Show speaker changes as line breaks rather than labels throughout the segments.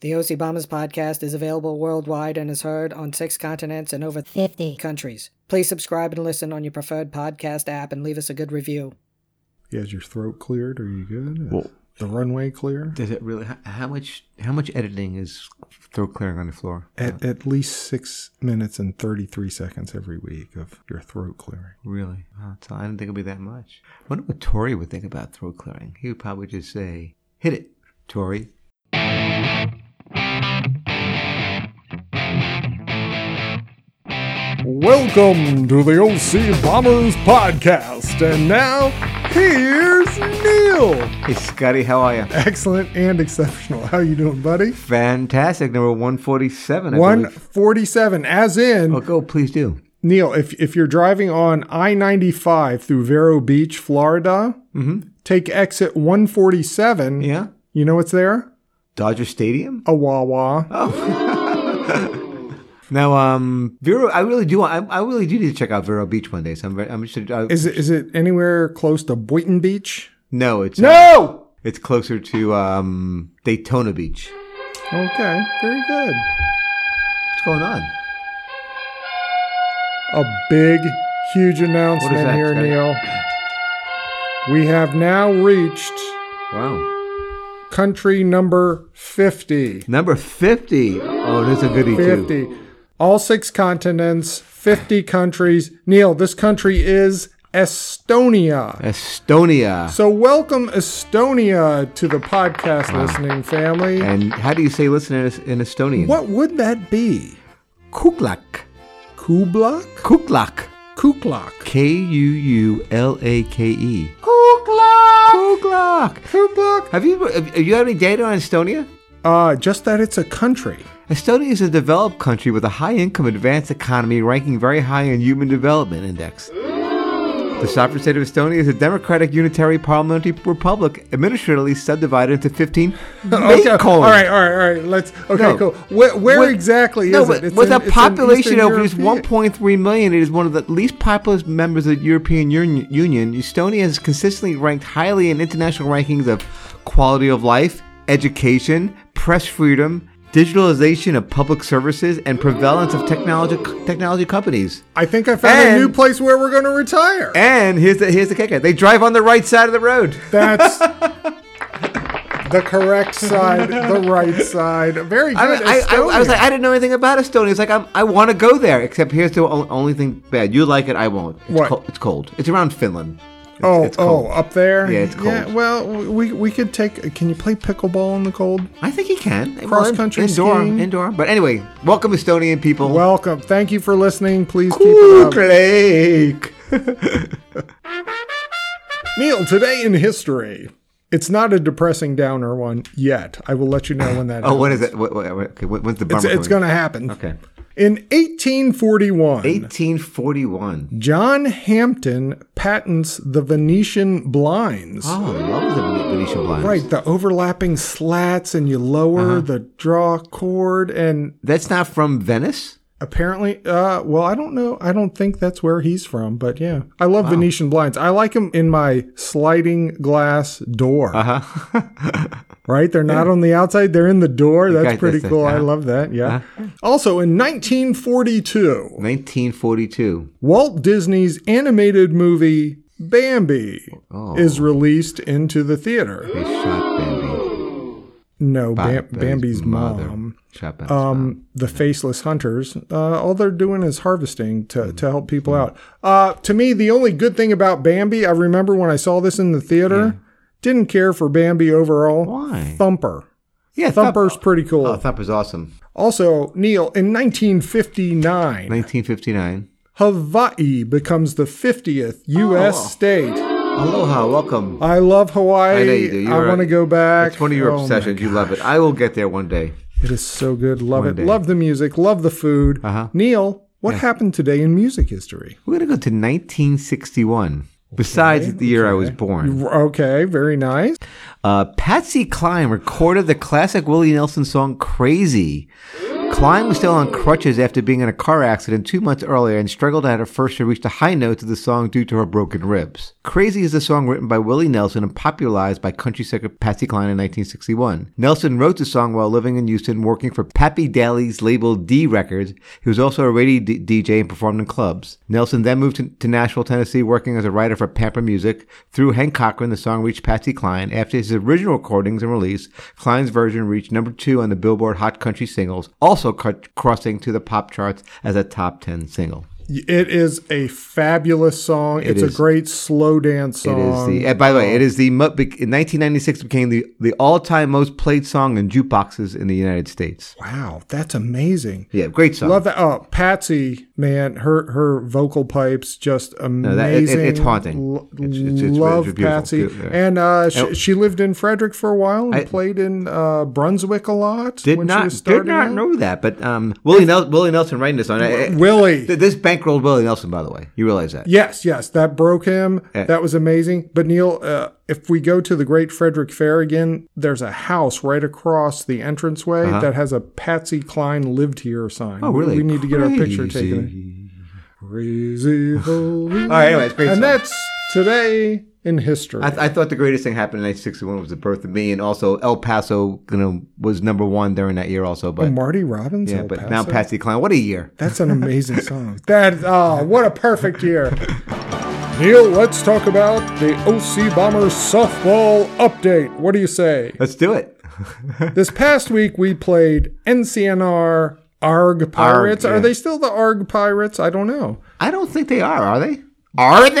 The OC Bombers podcast is available worldwide and is heard on six continents and over
50.
countries. Please subscribe and listen on your preferred podcast app and leave us a good review.
You had your throat cleared. Are you good? Is
Well-
the runway clear?
Does it really? How, how much? How much editing is throat clearing on the floor?
At, at least six minutes and 33 seconds every week of your throat clearing.
Really? Wow, so I didn't think it'd be that much. I wonder what Tori would think about throat clearing. He would probably just say, "Hit it, Tori."
Welcome to the OC Bombers podcast. And now, here's Neil.
Hey, Scotty, how are you?
Excellent and exceptional. How you doing, buddy?
Fantastic. Number one forty-seven.
147, as in,
Oh, go, please do.
Neil, if, if you're driving on I 95 through Vero Beach, Florida, take exit 147.
Mm-hmm. Yeah.
You know what's there?
Dodger Stadium.
A Wawa.
Now, um, Vero, I really do. want- I, I really do need to check out Vero Beach one day. So I'm. Very, I'm just. uh, I,
Is it is it anywhere close to Boynton Beach?
no, it's uh,
No.
it's closer to um, Daytona Beach.
Okay, very good.
What's going on?
A big, huge
What is
announcement
that,
here,
Scotty?
Neil. We have now reached
Wow.
country number 50.
Number fifty. Oh, that's a goodie too.
50. All six continents, 50 countries. Neil, this country is Estonia.
Estonia.
So, welcome Estonia to the podcast listening family.
And how do you say listen in, in Estonian?
What would that be?
Kuklak.
Kublak?
Kuklak.
Kuklak.
K U U L A K E. Kuklak. Kuklak.
Kublak?
Have you have you had any data on Estonia?
Uh, just that it's a country.
Estonia is a developed country with a high income advanced economy ranking very high in Human Development Index. The sovereign state of Estonia is a democratic unitary parliamentary republic administratively subdivided into 15
Okay.
main
All
colonies.
right, all right, all right. Let's. Okay,
No.
cool. Where, where
With-
exactly
no,
is
but
it? It's
with
in-
a
it's in
population
Eastern
of just
European-
1.3 million, it is one of the least populous members of the European Uni- Union. Estonia is consistently ranked highly in international rankings of quality of life, education, press freedom, digitalization of public services, and prevalence of technology technology companies.
I think I found a
And-
new place where we're going to retire.
And here's the here's the kicker: they drive on the right side of the road.
That's the correct side, the right side. Very
I,
good.
mean, I, I, I was
Estonia.
like, I didn't know anything about Estonia. It's like I'm, I want to go there, except here's the o- only thing bad. You like it, I won't. It's,
What?
col- it's cold. It's around Finland. It's,
oh,
it's
oh,
cold.
up there.
Yeah, it's cold.
well, we we could take. Can you play pickleball in the cold?
I think he can Well,
Cross
in-
country
indoor,
skiing.
indoor. But anyway, welcome Estonian people.
Welcome. Thank you for listening. Please keep it up.
Kuklake.
Neil, today in history. It's not a depressing downer one yet. I will let you know when that.
Oh, what is
happens.
it? What, what, what- okay, what- when's the
It's,
bummer?
it's going
coming?
to happen.
Okay.
In 1841,
1841.
John Hampton patents the Venetian blinds.
Oh, I love the Vene- Venetian blinds.
Right, the overlapping slats, and you lower the draw cord, and
That's not from Venice.
apparently, uh, well, I don't know, I don't think that's where he's from, but yeah, I love Venetian blinds. I like them in my sliding glass door.
Uh huh.
Right, they're not on the outside; they're in the door. That's
Okay,
pretty
that's it,
cool. I
uh-huh.
love that. Yeah. Also, in 1942,
1942.
Walt Disney's animated movie Bambi
Oh.
is released into the theater.
They shot Bambi.
No, Bam-
Bambi's
Bambi's
mother.
mom.
Shot Bambi's mom.
Um, the faceless hunters. Uh, all they're doing is harvesting to, to help people
Hmm.
out. Uh, to me, the only good thing about Bambi, I remember when I saw this in the theater, didn't care for Bambi overall.
Why?
Thumper.
Yeah,
Thumper's pretty cool.
Oh, Thumper's awesome.
also, Neil, in 1959,
1959.
Hawaii becomes the 50th U.S.
Oh.
state.
Aloha, welcome.
I love Hawaii. I,
I know you do. You're
want to
a-
go back.
It's one of your
Oh my
obsessions. You love it. I will get there one day.
God. It is so good. Love
One
it.
day.
Love the music. Love the food.
Uh-huh.
Neil, what happened today in music history?
We're gonna go to 1961. Besides the year I was born,
Okay, very nice.
uh, Patsy Cline recorded the classic Willie Nelson song "Crazy" Klein was still on crutches after being in a car accident two months earlier and struggled at first to reach the high notes of the song due to her broken ribs. Crazy is a song written by Willie Nelson and popularized by country singer Patsy Cline in 1961. Nelson wrote the song while living in Houston, working for Pappy Daly's label D Records. He was also a radio d- DJ and performed in clubs. Nelson then moved to, to Nashville, Tennessee, working as a writer for Pamper Music. Through Hank Cochran, the song reached Patsy Cline. After his original recordings and release, Klein's version reached number two on the Billboard Hot Country Singles, also cut, crossing to the pop charts as a top 10 single.
It is a fabulous song. it's
is.
a great slow dance
It is
song.
the, and by the way, it is the, mo- bec- in 1996 became the, the all-time most played song in jukeboxes in the United States.
wow, that's amazing.
Yeah, great song.
Love that. Oh, Patsy, man, her her vocal pipes just amazing.
that- it- it- it's haunting.
L-
It's- it's- it's-
love
it's beautiful.
Patsy,
Yeah.
and uh, she,
And-
she lived in Frederick for a while and
I-
played in uh, Brunswick a lot.
Did
when she was
not, did
starting
not
out.
know that, but um, Willie, Nel- Willie Nelson writing this song. I- I-
Willie.
Th- This bankrolled Willie Nelson, by the way. You realize that?
Yes, yes, that broke him.
Yeah.
That was amazing. But Neil, uh, if we go to the Great Frederick Fair again, there's a house right across the entranceway that has a Patsy Cline lived here sign.
Uh-huh. Oh, really?
We need to get our picture
Crazy.
taken. Crazy. All
All right, anyway, it's a great
and
song.
that's today in history.
I, th- I thought the greatest thing happened in 1961 was the birth of me, and also El Paso you know, was number one during that year, also. But
Marty Robbins.
yeah,
El
but
Paso.
now Patsy Cline, what a year!
That's an amazing song. That oh, what a perfect year. Neil, let's talk about the OC Bombers softball update. What do you say?
Let's do it.
This past week we played NCNR ARG Pirates.
yeah.
Are they still the ARG Pirates? I don't know.
I don't think they are. Are they? Are they?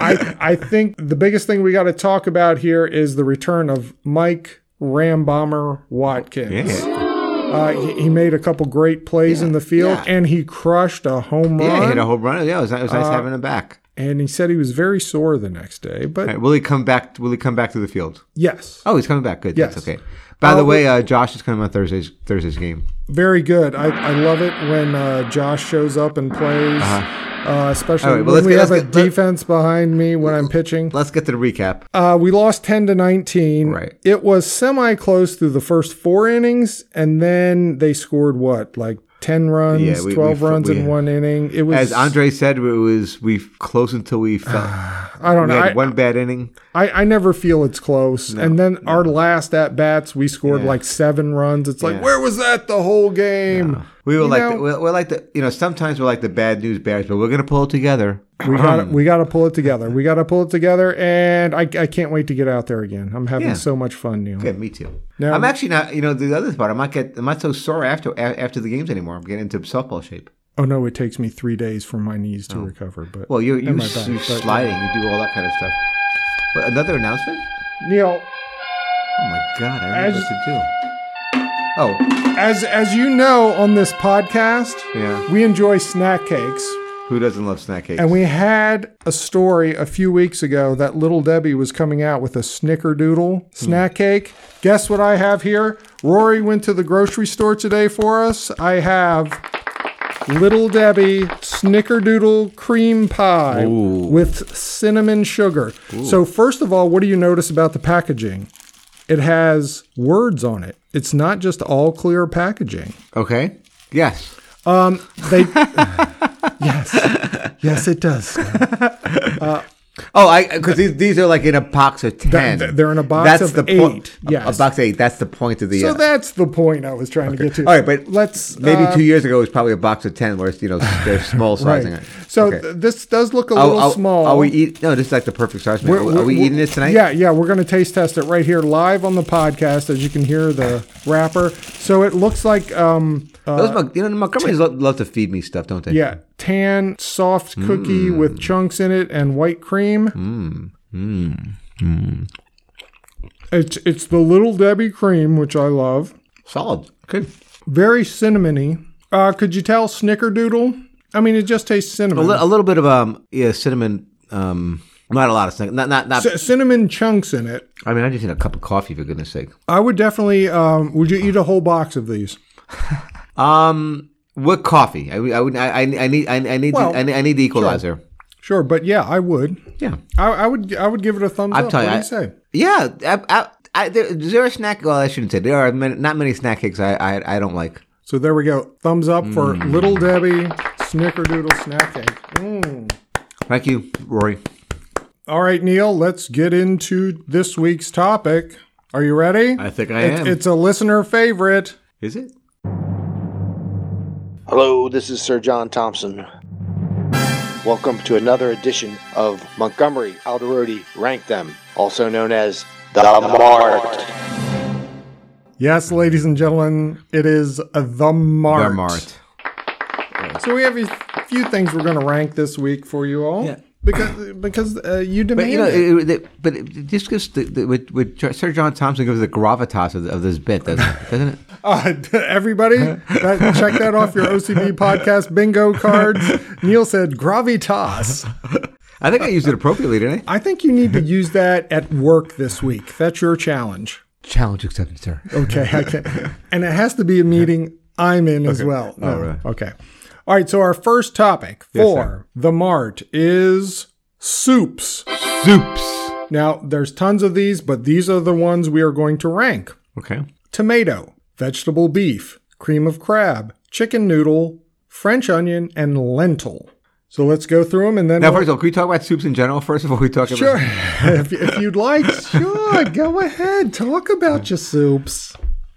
I I think the biggest thing we got to talk about here is the return of Mike Rambomber Watkins.
yeah,
Uh, he, he made a couple great plays in the field,
yeah.
and he crushed a home
yeah, he
run.
hit a home run. Yeah, it was, ni- it was nice
Uh,
having him back.
and he said he was very sore the next day. But
All right, will he come back? Will he come back to the field?
yes,
Oh, he's coming back. Good.
Yes.
That's okay. By the way, uh, Josh is coming on Thursday's Thursday's game.
very good. I, I love it when uh, Josh shows up and plays. uh especially
Uh-huh. All right,
when
well, let's
we
get-
have
let's
a
get- let-
defense behind me when I'm pitching.
Let's get to the recap.
Uh, we lost 10 to 19.
Right.
It was semi close through the first four innings, and then they scored what, like 10 runs,
Yeah, we-
12
we-
runs
we-
in one inning? It was,
As Andre said, it was we close until we felt
I don't
we
know.
had
I,
one bad inning.
I, I never feel it's close. and then our last at bats, we scored
Yeah.
like seven runs. It's like,
Yeah.
where was that the whole game?
We were
You
like
know-
the, we're, we're like the you know sometimes we're like the bad news bears, but we're gonna pull it together.
We got we got to pull it together. We got to pull it together, and I, I can't wait to get out there again. I'm having
Yeah.
so much fun, Neil.
Yeah, me too.
Now-
I'm actually not. You know, the other part, I'm not get. I'm not so sore after a- after the games anymore. I'm getting into softball shape.
Oh no, it takes me three days for my knees to recover. But
Oh. Well, you you
my
s-
back,
you
but-
sliding, you do all that kind of stuff. But another announcement?
Neil,
Oh my god, I don't know
As-
what to do. Oh,
As as you know on this podcast,
Yeah.
we enjoy snack cakes.
who doesn't love snack cakes?
And we had a story a few weeks ago that little Debbie was coming out with a snickerdoodle snack cake. Guess what I have here? Rory went to the grocery store today for us. I have Little Debbie snickerdoodle cream pie with cinnamon sugar. So first of all, what do you notice about the packaging? It has words on it. It's not just all clear packaging.
okay. Yes.
They yes, yes, it does.
Oh, I because these, these are like in a box of ten.
th- they're in a box of
point.
eight,
A-
yes.
a box of eight. That's the point of the.
So
uh,
that's the point I was trying to get to.
all right, but
let's
Maybe
uh,
two years ago it was probably a box of ten, where it's you know they're small
right.
sizing. it.
So
uh, Okay.
th- this does look a
Are-
little
are-
small.
Are we eat? No, this is like the perfect size. man.
We're-
Are we-
we're-
are we
we're-
eating this tonight?
Yeah, yeah, we're going to taste test it right here live on the podcast, as you can hear the wrapper. So it looks like, um, uh,
Those Mc- you know, the Montgomerys love, love to feed me stuff, don't they?
yeah, tan soft cookie
Hmm.
with chunks in it and white cream.
Hmm.
It's it's the little Debbie cream, which I love.
Solid. Good.
Very cinnamony. Uh, could you tell Snickerdoodle? I mean, it just tastes cinnamon.
A, li- a little bit of um, yeah, cinnamon. Um, not a lot of snack. Not not not.
C- cinnamon chunks in it.
I mean, I just need a cup of coffee for goodness sake.
I would definitely. Um, would you eat a whole box of these?
Um, what coffee? I, I would. I, I I need. I, I need.
Well,
the, I, need- I need the equalizer.
Sure, but yeah, I would.
Yeah.
I, I would. I would give it a thumbs
I'm
up.
telling
what
you,
do you say?
Yeah, I, I, I, there, is there a snack? Well, I shouldn't say there are many, not many snack cakes I, I I don't like.
So there we go. Thumbs up for
Mm.
Little Debbie Snickerdoodle Snack Cake. Mm.
Thank you, Rory.
All right, Neil, let's get into this week's topic. Are you ready?
I think I
It's-
am.
It's a listener favorite.
Is it?
Hello, this is Sir John Thompson. Welcome to another edition of Montgomery Alderodi Rank Them, also known as The Mart.
Yes, ladies and gentlemen, it is a the Mart.
The Mart.
So we have a few things we're going to rank this week for you all.
Yeah.
Because because uh, you
But
demand
you know,
it.
it, it, but it just gives the, the with, with Sir John Thompson gives the gravitas of, of this bit, doesn't it? Doesn't it?
Uh, everybody, that, check that off your OCB podcast bingo cards. Neil said gravitas.
I think I used it appropriately, didn't I?
I think you need to use that at work this week. That's your challenge.
Challenge accepted, sir.
Okay. I can, and it has to be a meeting I'm in as well. No,
right.
Okay. All right. So our first topic for the Mart is soups.
Soups.
Now, there's tons of these, but these are the ones we are going to rank.
Okay.
tomato, vegetable beef, cream of crab, chicken noodle, French onion, and lentil. So let's go through them and then.
Now, first of all, can we talk about soups in general? First of all, we talk
sure.
about
if, if you'd like, sure, go ahead. Talk about your soups.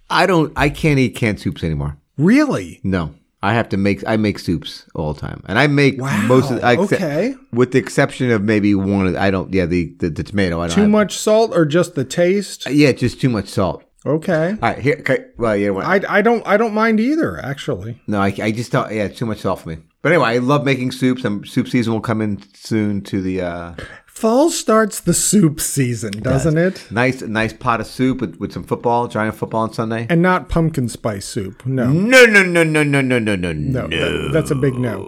I don't. I can't eat canned soups anymore.
Really?
No, I have to make. I make soups all the time, and I make most of. I accept-
okay.
With the exception of maybe one. Of, I don't. Yeah, the the, the tomato. I don't
Too
have-
much salt or just the taste?
Yeah, just too much salt.
Okay.
All right, here. Okay, well, you know what?
I, I don't I don't mind either actually.
no, I, I just don't. Yeah, too much salt for me. But anyway, I love making soups. And soup season will come in soon to the uh,
Fall starts the soup season, doesn't it?
nice nice pot of soup with, with some football, giant football on Sunday.
And not pumpkin spice soup. No.
No, no, no, no, no, no, no, no,
No, that- that's a big no.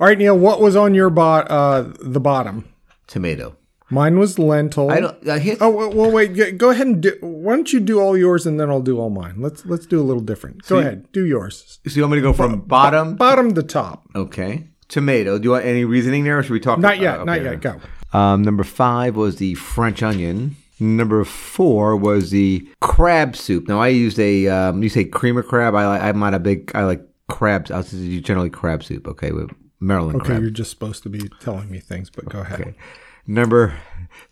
All right, Neil, what was on your bot uh the bottom?
Tomato.
Mine was lentil.
I don't. Uh, here's,
Oh well, well, wait. g- Go ahead and do. Why don't you do all yours and then I'll do all mine. Let's let's do a little different. Go ahead, do yours.
So you want me to go from bottom?
Bottom to top.
okay. Tomato. Do you want any reasoning there, or should we talk?
Not
uh,
yet.
okay,
not
okay.
yet. Go.
Um, number five was the French onion. Number four was the crab soup. Now I used a um, you say cream of crab. I like, I'm not a big I like crabs. I was do generally crab soup. Okay, with Maryland
Okay,
crab.
you're just supposed to be telling me things, but go ahead.
Number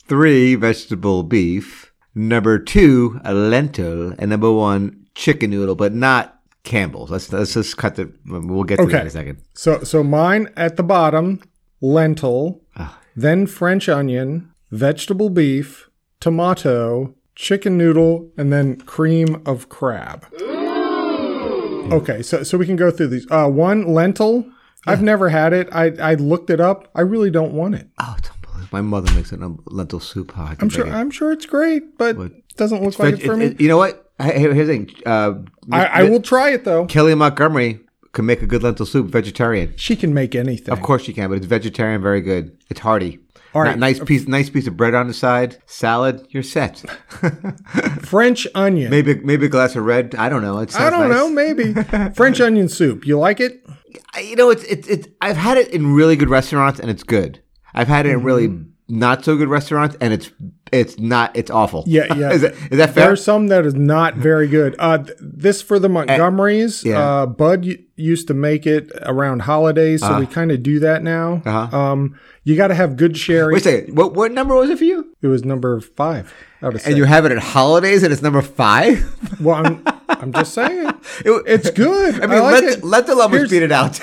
three, vegetable beef. Number two, a lentil, and number one, chicken noodle, but not Campbell's. Let's let's just cut the. We'll get to that in
Okay.
a second.
So so mine at the bottom, lentil,
Ah.
then French onion, vegetable beef, tomato, chicken noodle, and then cream of crab. Okay, so so we can go through these. Uh, one lentil. I've never had it. I, I looked it up. I really don't want it.
Oh, it's unbelievable. My mother makes a lentil soup. Oh, I can
I'm
make
sure
it.
I'm sure it's great, but doesn't look
But
like it for
it-
me.
it- you know what? Hey, here- Here's the thing. Uh,
I, I will try it though.
Kelly Montgomery can make a good lentil soup, vegetarian.
She can make anything.
Of course she can, but it's vegetarian, very good. It's hearty.
All
Ni-
right.
nice piece, nice piece of bread on the side, salad. You're set.
French onion.
maybe, maybe a glass of red. I don't know. It
I
sounds
don't
nice.
know. Maybe French onion soup. You like it?
I- You know, it's it's it's. I've had it in really good restaurants, and it's good. I've had it in really
Mm.
not so good restaurants, and it's it's not. It's awful.
Yeah, yeah.
is, that, is that
There
fair?
are some that is not very good. Uh, th- this for the Montgomerys.
yeah.
Uh, Bud y- used to make it around holidays, so we kind of do that now.
Uh-huh.
Um, you got to have good sherry.
Wait a second. What what number was it for you?
it was number five out of
And
six.
you have it at holidays, and it's number five.
well, I'm, I'm just saying.
It-
It's good.
I mean,
like
let,
it.
the, let the
Here's-
lovers beat it out.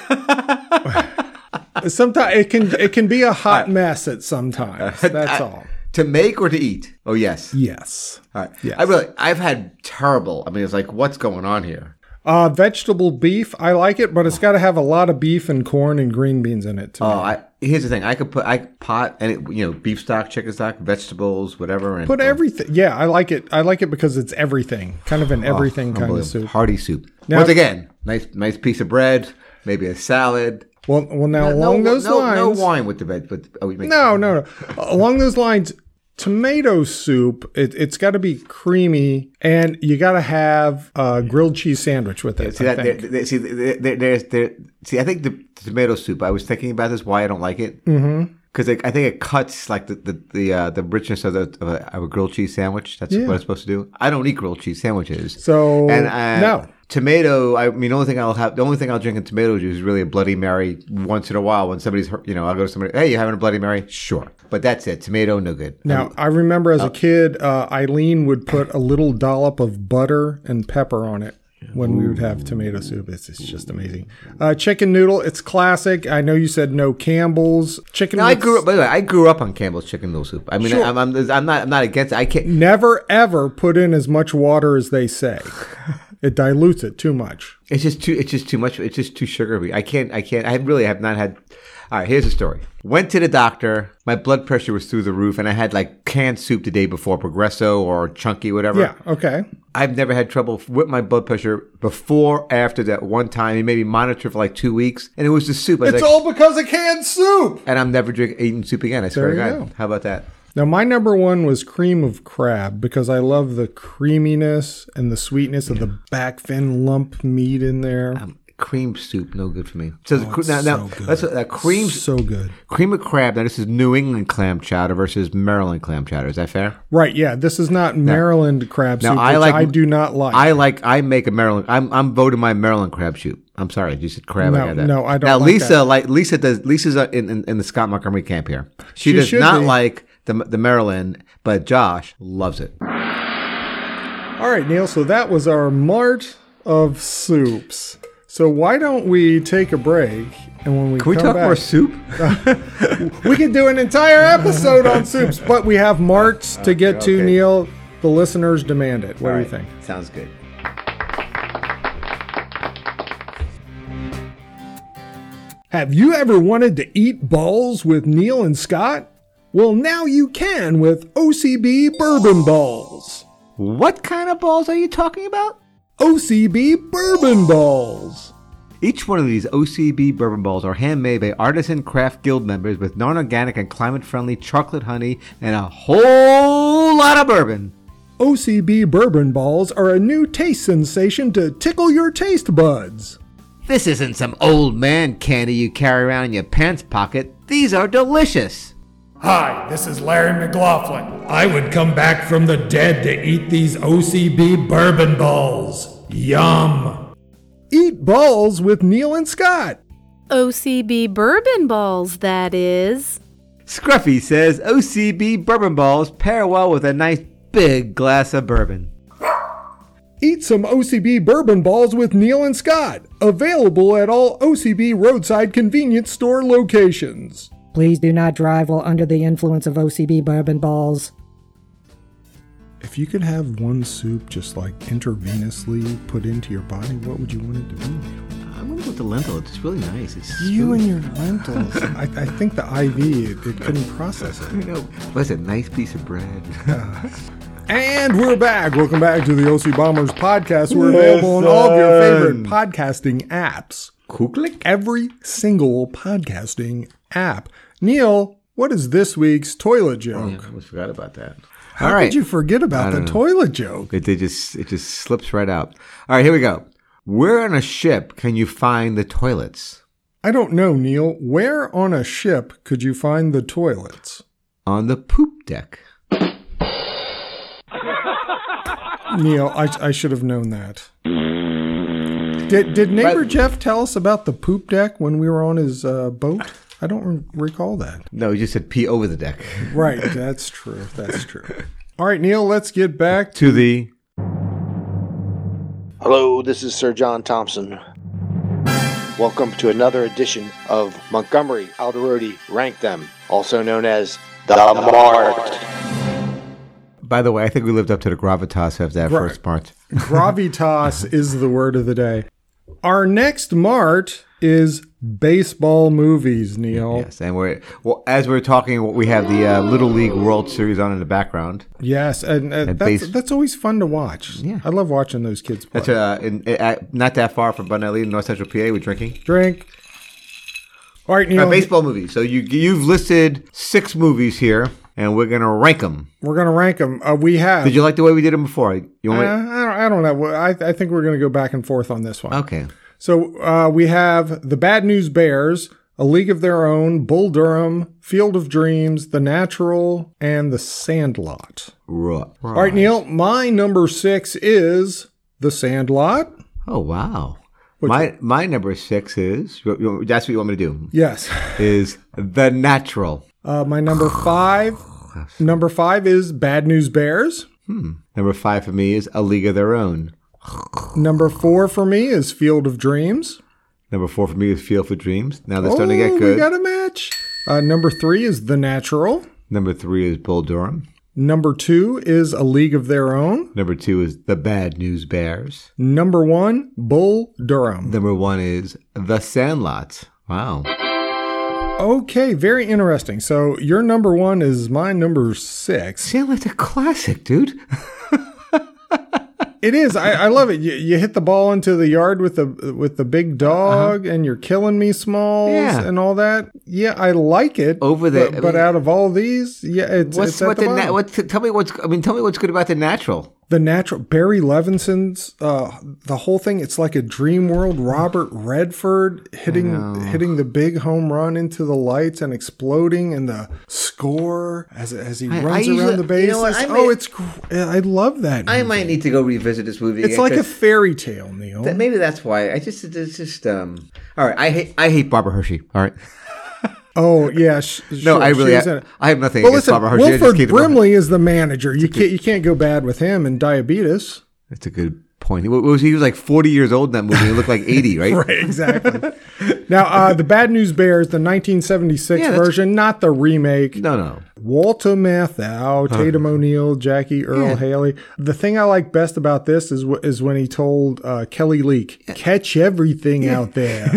Sometimes it can it can be a hot
Uh,
mess at sometimes. That's all.
to make or to eat? Oh yes.
Yes.
All right.
Yes.
I really, I've had terrible. I mean, it's like, what's going on here?
Uh, vegetable beef. I like it, but it's got to have a lot of beef and corn and green beans in it. To
Oh,
me.
I here's the thing. I could put I pot and it, you know beef stock, chicken stock, vegetables, whatever. And oh,
Put everything. Yeah, I like it. I like it because it's everything. Kind of an everything kind of
Unbelievable.
soup.
Hearty soup.
Now-
Once again, nice nice piece of bread, maybe a salad.
Well, well. Now along
no,
those
no,
lines.
no wine with the veg. But oh, you make,
No, no, no. Along those lines, tomato soup, it, it's got to be creamy, and you got to have a grilled cheese sandwich with it.
See
I
that? There,
think.
there, see, there, there, there's there. See, I think the, tomato soup. I was thinking about this. Why I don't like it?
Mm-hmm.
Because mm I think it cuts like the the the, uh, the richness of, the, of, a, of a grilled cheese sandwich. That's what it's supposed to do. I don't eat grilled cheese sandwiches.
So,
and uh, I,
no.
tomato. I mean, the only thing I'll have, the only thing I'll drink in tomato juice is really a Bloody Mary once in a while when somebody's, hurt- you know, I'll go to somebody. Hey, you having a Bloody Mary? Sure, but that's it. Tomato, no good.
Now, I remember as a kid, uh, Eileen would put a little dollop of butter and pepper on it when we would have tomato soup. It's, it's just amazing. Uh, chicken noodle, it's classic. I know you said no Campbell's. Chicken
No, I
with-
grew up. By the way, I grew up on Campbell's chicken noodle soup. I mean, I'm, I'm, I'm not, I'm not against. It. I can't.
Never ever put in as much water as they say. it dilutes it too much.
It's just too. It's just too much. It's just too sugary. I can't. I can't. I really have not had. All right. Here's the story. Went to the doctor. My blood pressure was through the roof, and I had like canned soup the day before, Progresso or Chunky, whatever.
Yeah, okay.
I've never had trouble with my blood pressure before, after that one time. He made me monitor for like two weeks, and it was the soup. I was
It's
like,
all because of canned soup.
and I'm never drinking eating soup again. I swear
There
to
you
God.
go.
How about that?
Now, my number one was cream of crab because I love the creaminess and the sweetness of the back fin lump meat in there.
Cream soup, no good for me. So
Oh,
the cr- now, now that's what, that cream
so good.
cream of crab. Now this is New England clam chowder versus Maryland clam chowder. Is that fair?
Right, yeah. This is not Maryland crab
Now,
soup,
I
which
like-
I do not like.
I like. I make a Maryland. I'm. I'm voting my Maryland crab soup. I'm sorry, you said crab.
No,
I got that.
no, I don't
Now
like
Lisa,
that.
like Lisa does. Lisa's uh, in, in in the Scott Montgomery camp here. She,
She
does
should
not
be.
like the the Maryland, but Josh loves it.
All right, Neil, so that was our mart of soups. So why don't we take a break and when we
Can we
come
talk
back,
more soup?
we can do an entire episode on soups, but we have marts to get to,
okay.
Neil. The listeners demand it. What do you think?
Sounds good.
Have you ever wanted to eat balls with Neil and Scott? Well, now you can with OCB Bourbon Balls.
What kind of balls are you talking about?
OCB Bourbon Balls.
Each one of these OCB bourbon balls are handmade by artisan craft guild members with non-organic and climate-friendly chocolate honey and a whole lot of bourbon.
OCB Bourbon Balls are a new taste sensation to tickle your taste buds.
This isn't some old man candy you carry around in your pants pocket. These are delicious.
Hi, this is Larry McLaughlin. I would come back from the dead to eat these OCB bourbon balls. Yum!
Eat balls with Neil and Scott.
OCB bourbon balls, that is.
Scruffy says OCB bourbon balls pair well with a nice big glass of bourbon.
Eat some OCB Bourbon Balls with Neil and Scott. Available at all OCB roadside convenience store locations.
Please do not drive while under the influence of OCB bourbon balls.
If you could have one soup just like intravenously put into your body, what would you want it to be?
I'm gonna go with the lentil. It's really nice. It's
You and your lentils. I, I think the IV, it, it couldn't process it.
you know, what's a nice piece of bread?
And we're back. Welcome back to the OC Bombers podcast. We're available on all of your favorite podcasting apps.
Kuklik?
Every single podcasting app. Neil, what is this week's toilet joke?
Oh, I almost forgot about that.
How
All right.
did you forget about the toilet joke?
It, it just it just slips right out. All right, here we go. Where on a ship can you find the toilets?
I don't know, Neil. Where on a ship could you find the toilets?
On the poop deck.
Neil, I, I should have known that. Did, did neighbor
But-
Jeff tell us about the poop deck when we were on his uh, boat? I don't re- recall that.
No, you just said pee over the deck.
Right, that's true. That's true. All right, Neil, let's get back.
To the
Hello, this is Sir John Thompson. Welcome to another edition of Montgomery Alderodi Rank Them, also known as The Mart.
By the way, I think we lived up to the gravitas of that
Right.
first part.
Gravitas is the word of the day. Our next mart is baseball movies, Neil.
Yes, and we're well as we're talking, we have the uh, Little League World Series on in the background.
Yes, and, uh, that's,
base-
that's always fun to watch.
Yeah.
I love watching those kids play.
That's uh, in, uh, not that far from Bonelli, North Central PA. We're drinking
Drink. All right,
a
Neil,
baseball movie. So you you've listed six movies here, and we're gonna rank them.
we're going to rank them. Uh, we have.
Did you like the way we did them before? You
uh,
want me-
I, don't, I don't know. I, I think we're going to go back and forth on this one.
okay?
So uh, we have The Bad News Bears, A League of Their Own, Bull Durham, Field of Dreams, The Natural, and The Sandlot.
Right.
All right, Neil, my number six is The Sandlot.
Oh wow. my my number six is you- you- that's what you want me to do
Yes.
is the natural.
Uh, my number five. Number five is Bad News Bears.
Number five for me is a league of their own.
Number four for me is Field of Dreams.
Number four for me is Feel for Dreams. Now they're starting to
Oh,
get good.
We got a match. Uh, number three is The Natural.
Number three is Bull Durham.
Number two is A League of Their Own.
Number two is the Bad News Bears.
Number one, Bull Durham.
Number one is the Sandlot. Wow.
Okay, very interesting. So your number one is my number six.
Sandlot's a classic, dude.
It is. I, I love it. You, you hit the ball into the yard with the with the big dog, and you're killing me, Smalls,
Uh-huh. Yeah.
and all that. Yeah, I like it.
Over the-
but,
I
but
mean-
out of all these, yeah, it's
What's
it's at
what
the,
the, na-
bottom.
what? Tell me what's. I mean, tell me what's good about the natural.
the natural Barry Levinson's uh the whole thing it's like a dream world Robert Redford hitting hitting the big home run into the lights and exploding and the score as as he
I- I
runs
usually-
around the
you
bases
know what, I
oh
may-
it's gr- I love that
I
movie.
might need to go revisit this movie.
it's
again,
like a
'cause
fairy tale Neil
that- maybe that's why. I just it's just um. All right, I hate I hate Barbara Hershey. All right.
oh yeah sh-
No,
sure,
I
she
really
was in
I,
it.
I have nothing
well
against
listen
Barbara Hershey. I just
Wilford
hate her.
Brimley is the manager you can't you can't go bad with him and diabetes
That's a good point. He wa- was he was like forty years old in that movie. He looked like eighty, right?
Right, exactly. now, uh, the Bad News Bears, the 1976
Yeah, that's-
version, not the remake.
No, no.
Walter Matthau, Tatum O'Neill, Jackie Earl
Yeah.
Haley. The thing I like best about this is wh- is when he told uh, Kelly Leak, "Catch everything out there.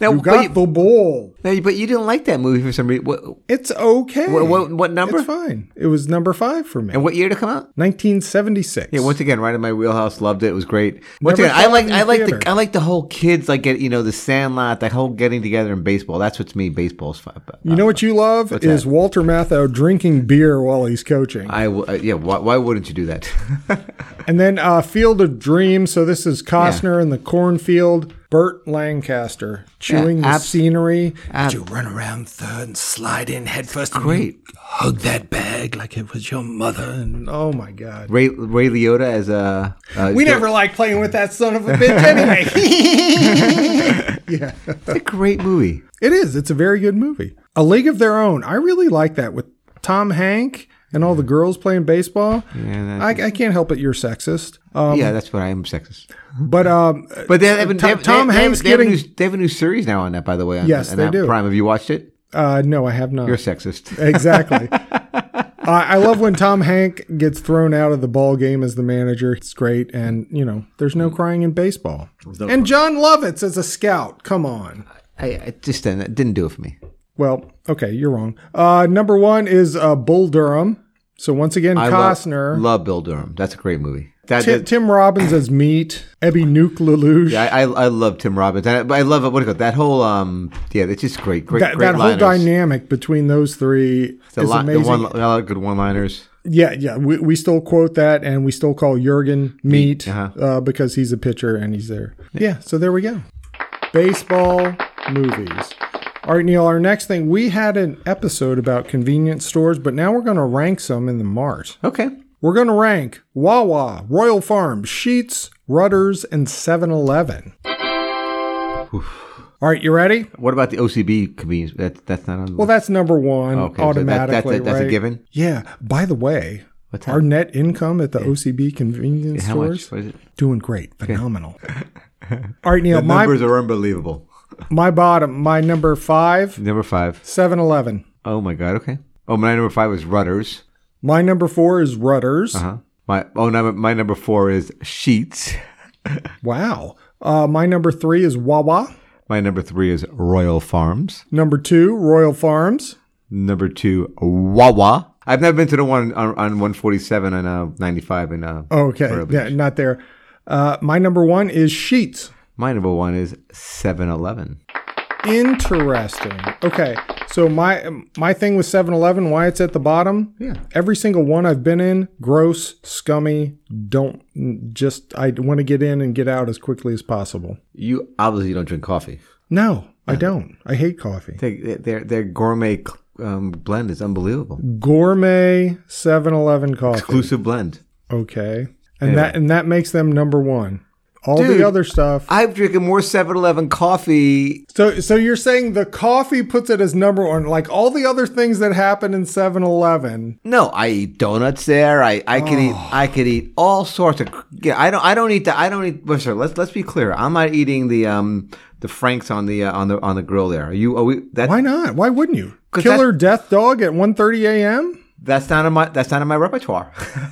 Now,
You
but, you,
got the ball."
now, but you didn't like that movie for some reason. What,
It's okay.
what, what, what number?
It's fine. It was number five for me.
And what year to come out?
1976.
Yeah, once again, right in my wheelhouse. Loved it. It was great. Once
Never
again, I
saw it
like
in
I
the
like the
theater.
I like the whole kids like get you know the Sandlot, the whole getting together in baseball. That's what's me. Baseball's fun. But,
you know what you love
What's
is
that?
Walter Matthau drinking beer while he's coaching.
I w- uh, yeah. Why, why wouldn't you do that?
And then uh, Field of Dreams. So this is Costner in the cornfield. Burt Lancaster chewing the
abs-
scenery.
ab-
Did you run around third and slide in headfirst?
great.
Hug that bag like it was your mother. And oh my God.
Ray Ray Liotta as a. Uh,
We
Joe-
never liked playing with that son of a bitch anyway. yeah.
It's a great movie.
It is. It's a very good movie. A League of Their Own. I really like that with Tom Hank and all the girls playing baseball.
Yeah,
I, I can't help it. You're sexist. Um,
yeah, that's what I am sexist.
But um,
But they have,
Tom-
they have,
Tom
they have,
Hanks
they have, a
getting-
new, they have a new series now on that, by the way. On,
Yes,
on
they
that
do.
Prime, have you watched it?
uh, eh. no, I have not.
You're sexist.
Exactly. uh, I love when Tom Hank gets thrown out of the ball game as the manager. It's great, and you know, there's no crying in baseball. and John Lovitz as a scout. Come on.
I, I just didn't, it didn't do it for me.
Well, okay, you're wrong. Uh, number one is uh, Bull Durham. So once again,
I love-
Costner,
love, Bill Durham. That's a great movie. That,
Ti-
that-
Tim Robbins as Meat, Ebby Nuke Lelouch.
yeah, I, I I love Tim Robbins. I, but I love what do you call it? That whole um yeah, it's just great, great,
that
great
that whole
liners.
dynamic between those three
The
is
li- the
amazing.
one, a lot of good one-liners.
Yeah, yeah. We, we still quote that and we still call Jurgen meat uh
uh-huh.
because he's a pitcher and he's there. Yeah. so there we go. Baseball movies. All right, Neil, our next thing, we had an episode about convenience stores, but now we're going to rank some in the mart.
Okay,
We're going to rank Wawa, Royal Farm, Sheets, Rudders, and 7 Eleven. All right, you ready?
what about the OCB convenience? That, that's not on.
Well, that's number one
okay, so that-
automatically.
that's a, that's
right?
a given.
Yeah. By the way,
What's
our
that?
net income at the OCB convenience
How
stores
much? What is it?
doing great, phenomenal. All right, Neil,
The
my
numbers are unbelievable.
my bottom, my number five,
Number five.
7-Eleven.
Oh my god. Okay. Oh, my number five was Rudders.
My number four is Rudders.
Uh-huh. My oh number my number four is Sheets.
Wow. Uh, my number three is Wawa.
My number three is Royal Farms.
Number two, Royal Farms.
Number two, Wawa. I've never been to the one on, on 147 and uh, 95 and uh,
Okay,
Royal Beach.
yeah, not there. Uh, my number one is Sheets.
My number one is 7-Eleven.
Interesting. Okay, so my um, my thing with 7-Eleven, why it's at the bottom?
Yeah.
Every single one I've been in, gross, scummy. Don't mm, just. I want to get in and get out as quickly as possible.
You obviously don't drink coffee.
No, I don't. I hate coffee.
They, their their gourmet um, blend is unbelievable.
Gourmet 7-Eleven coffee.
Exclusive blend.
Okay, and that and that makes them number one. all
Dude,
the other stuff.
I've drinking more 7-Eleven coffee.
so, so you're saying the coffee puts it as number one, like all the other things that happen in 7 Eleven.
No, I eat donuts there. I, I could eat
Oh.
I could eat all sorts of. Yeah, I don't I don't eat the I don't eat. Well, sir, let's let's be clear. I'm not eating the um the franks on the uh, on the on the grill there. Are you? Are we? That,
Why not? Why wouldn't you?
'Cause
Killer Death Dog at 1.30 a.m.?
That's not in my that's not in my repertoire.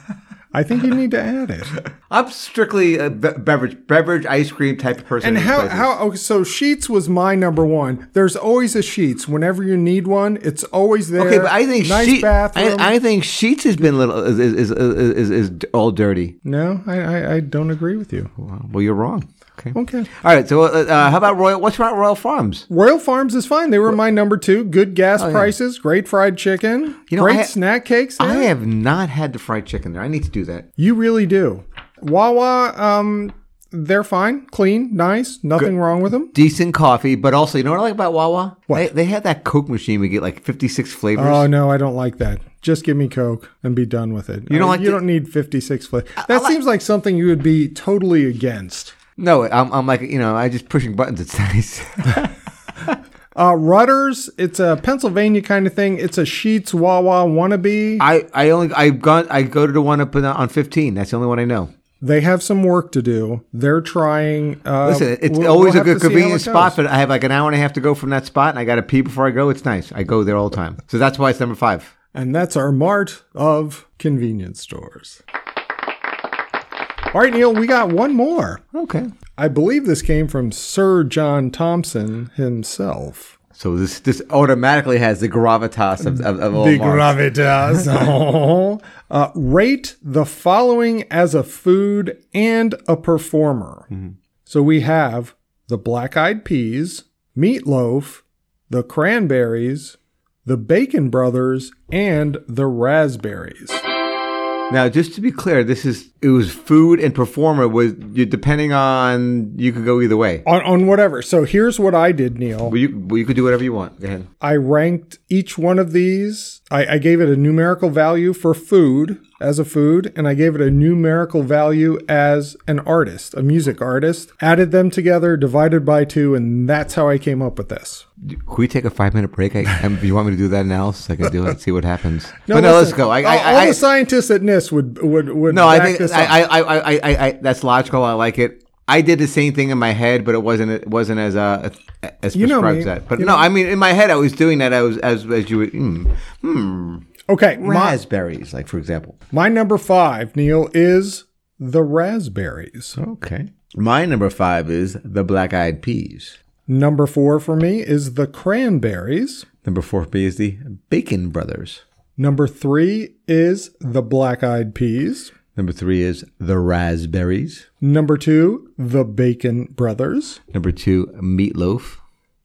I think you need to add it.
I'm strictly a be- beverage beverage ice cream type of person.
And
in these
how,
places.
how okay, so Sheets was my number one. There's always a Sheets. Whenever you need one, it's always there.
Okay, but I think
nice
Sheet-
bathroom.
I, I think Sheets has been little is is, is, is, is is all dirty.
no, I, I I don't agree with you.
Well, you're wrong. Okay.
Okay.
All right. So, uh, uh, how about Royal? What's about Royal Farms?
Royal Farms is fine. They were my number two. Good gas prices, great fried chicken,
Oh, You know,
great
I ha-
snack cakes.
I
there.
have not had the fried chicken there. I need to do that.
You really do. Wawa, um, they're fine, clean, nice, nothing wrong with them.
Decent coffee, but also, you know what I like about Wawa? What? They, they had that Coke machine. We get like 56 flavors.
Oh no, I don't like that. Just give me Coke and be done with it.
You don't
Uh,
like
you
the-
don't need fifty six flavors. That seems like something you would be totally against.
no, I'm, I'm like, you know, I just pushing buttons. It's nice.
Uh, Rudders, it's a Pennsylvania kind of thing. It's a Sheets Wawa wannabe.
I, I only I've gone I go to the one up in, on 15. That's the only one I know.
they have some work to do. They're trying. Uh,
Listen, it's
we'll-
always
we'll
a
have to
good
see how
convenient
it
spot,
goes.
but I have like an hour and a half to go from that spot, and I got to pee before I go. It's nice. I go there all the time, so that's why it's number five.
And that's our mart of convenience stores. All right, Neil, we got one more.
Okay.
I believe this came from Sir John Thompson himself.
So this this automatically has the gravitas of of, of all
The
Mars.
gravitas. uh, rate the following as a food and a performer. So we have the black eyed peas, meatloaf, the cranberries, the bacon brothers, and the raspberries.
Now, just to be clear, this is it was food and performer was you depending on you could go either way.
On, on whatever. So here's what I did, Neil.
Well, you well, you could do whatever you want. Go ahead.
I ranked each one of these. I, I gave it a numerical value for food as a food, and I gave it a numerical value as an artist, a music artist. Added them together, divided by two, and that's how I came up with this.
Could we take a five minute break? I, um, you want me to do that analysis? I can do it. See what happens. No, but no,
listen,
let's go. I, I,
all, all
I,
the scientists at NIST would would would.
no, I
back
think
this up.
I, I, I, I, I, I, that's logical. I like it. I did the same thing in my head, but it wasn't it wasn't as uh as
You know
prescribed
me.
that. But
You
no,
know-
I mean in my head I was doing that. I was as as you would. Mm, hmm.
okay. My,
Raspberries, like for example.
my number five, Neil, is the raspberries.
Okay. My number five is the black eyed peas.
Number four for me is the cranberries.
Number four for me is the Bacon Brothers.
Number three is the black eyed peas.
Number three is the Raspberries.
Number two, the Bacon Brothers.
Number two, Meatloaf.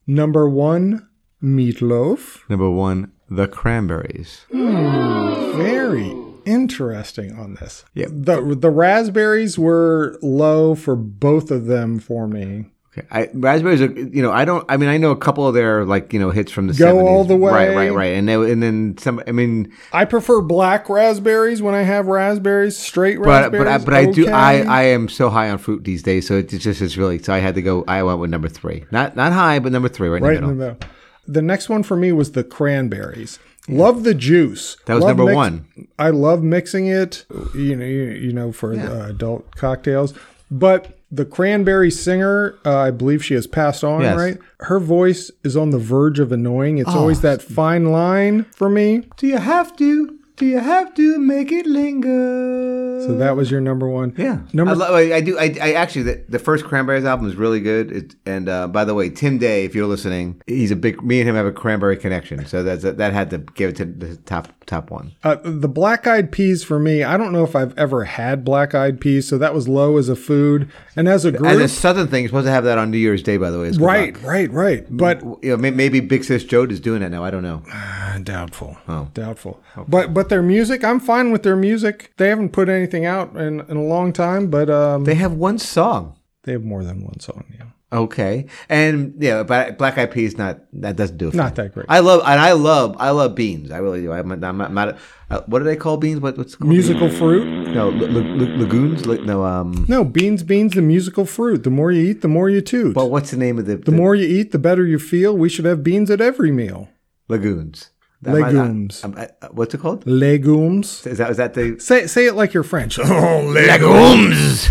Number one, Meatloaf.
Number one, the Cranberries.
Very interesting on this.
Yep.
The the raspberries were low for both of them for me.
Okay. I, raspberries are, you know, I don't, I mean, I know a couple of their, like, you know, hits from the
Go
70s.
all the way.
Right, right, right. And, they, and then some, I mean,
I prefer black raspberries when I have raspberries, straight
but,
raspberries.
but, I, but I do,
okay.
I, I am so high on fruit these days. So it's just, it's really, so I had to go, I went with number three. Not, not high, but number three right,
right in
in the
the
middle.
middle. The next one for me was the cranberries. Love the juice.
That was
Love
number one.
I love mixing it. You know, you, you know, for uh, adult cocktails. But the cranberry singer, uh, I believe she has passed on.
Yes. Oh.
Right, her voice is on the verge of annoying. It's always that fine line for me.
Do you have to? Do you have to make it linger?
So that was your number one.
Yeah,
Number-
I, lo- I do. I, I actually the, the first Cranberries album is really good. It, and uh, by the way, Tim Day, if you're listening, he's a big. Me and him have a Cranberry connection, so that's that had to give it to the top top one.
Uh, the black eyed peas for me. I don't know if I've ever had black eyed peas, so that was low as a food and as a group.
And the Southern thing, you're supposed to have that on New Year's Day, by the way. is good
right,
luck.
right, right. But
You know, may- maybe Big Sis Jode is doing that now. I don't know.
Doubtful.
Oh.
Doubtful. But but their music, I'm fine with their music. They haven't put anything out in, in a long time, but um
They have one song.
They have more than one song. Yeah.
Okay, and yeah, but Black Eyed Peas not that doesn't do it. for
Not
me.
that great.
I love and I love I love beans. I really do. I'm, I'm, I'm not. Uh, what do they call beans? What, what's it called?
Musical fruit?
No, l- lagoons. L- no, um.
No, beans, beans, the musical fruit. The more you eat, the more you toot.
Well, what's the name of the
the more you eat, the better you feel. We should have beans at every meal.
lagoons? That might-
Legumes.
um, I- uh, what's it called?
Legumes.
Is that was that the
Say say it like you're French.
legumes?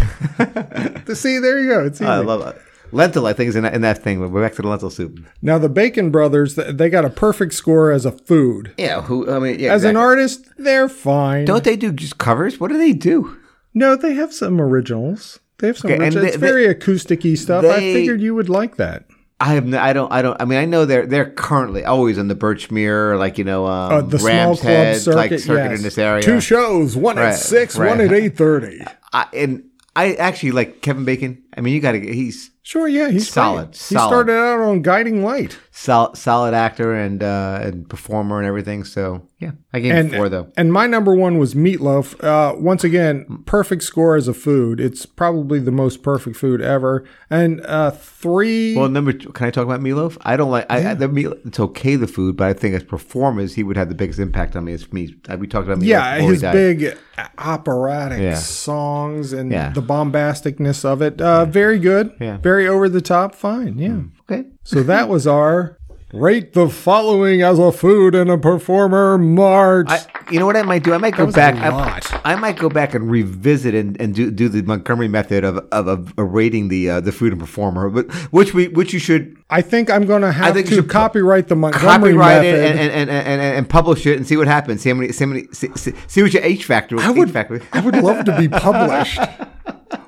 See, there you go. It's easy.
I love it. Lentil, I think, is in that, in that thing. We're back to the lentil soup.
Now the Bacon Brothers, th- they got a perfect score as a food.
Yeah, who? I mean, yeah.
As an
exactly.
artist, they're fine.
don't they do just covers? What do they do?
no, they have some originals. They have some
Okay, and
originals.
they-
it's very acousticy stuff. I
they-
figured you would like that.
I have no, I don't I don't I mean I know they're they're currently always on the Birchmere like you know um,
Uh, the small
Ram's
club
Head,
circuit,
like circuit
yes.
in this area
Two shows, one
Right,
at six,
right.
one at eight thirty.
I, and I actually like Kevin Bacon I mean you got to he's
Sure, yeah, he's
Solid,
great. He
solid.
started out on Guiding Light,
sol- solid actor and uh and performer and everything so yeah I gave him
and
four though
and my number one was Meatloaf. Uh, once again, perfect score as a food. It's probably the most perfect food ever. And uh, three,
well number two, can I talk about Meatloaf I don't like I, I the meal it's okay the food but I think as performers he would have the biggest impact on me as me we talked about Meatloaf
yeah,
before he
his
died.
big operatic
Yeah.
songs and
Yeah.
the bombasticness of it. Uh, Very good.
Yeah. Hmm.
Very over the top. Fine. Yeah.
okay
So that was our rate the following as a food and a performer march.
I, you know what I might do? I might go
was
back.
a lot.
I, I might go back and revisit and, and do, do the Montgomery method of of, of, of rating the uh, the food and performer, but which we which you should
I think I'm going to have
think you
to
should
copyright the Montgomery
copyright it
method.
and, and, and, and, and publish it and see what happens. See how many see how many see, see, see what your H factor.
I would,
H factor.
I would love to be published.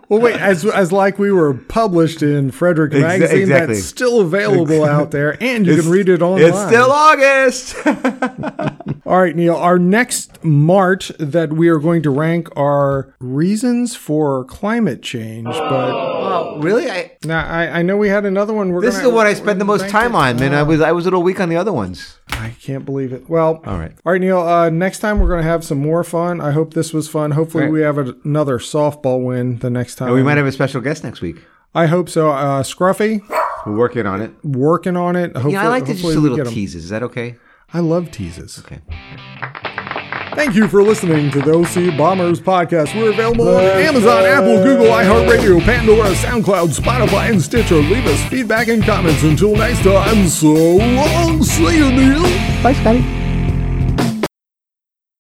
Well, wait, as, as like we were published in Frederick
Exa-
Magazine,
exactly.
that's still available out there, and you can read it online.
It's still August.
All right, Neil, our next March that we are going to rank are reasons for climate change, but
really? I,
now I, I know we had another one. We're
this is
gonna-
the one I
we're
spent
gonna
the most
rank
time
it. Ah,
on, and I was I was a little weak on the other ones.
I can't believe it. Well,
All right.
all right, Neil. Uh, next time we're going to have some more fun. I hope this was fun. Hopefully,
All right.
we have a, another softball win the next time.
And we might have a special guest next week.
I hope so. Uh, Scruffy
We're working on it.
working on it. Hopefully,
Yeah, I like to just
hopefully
do
we
little
get 'em.
teases. Is that okay?
I love teases.
Okay.
Thank you for listening to the OC Bombers podcast. We're available on Amazon, Apple, Google, iHeartRadio, Pandora, SoundCloud, Spotify, and Stitcher. Leave us feedback and comments. Until next time, so long. See you, Neil.
Bye, Scotty.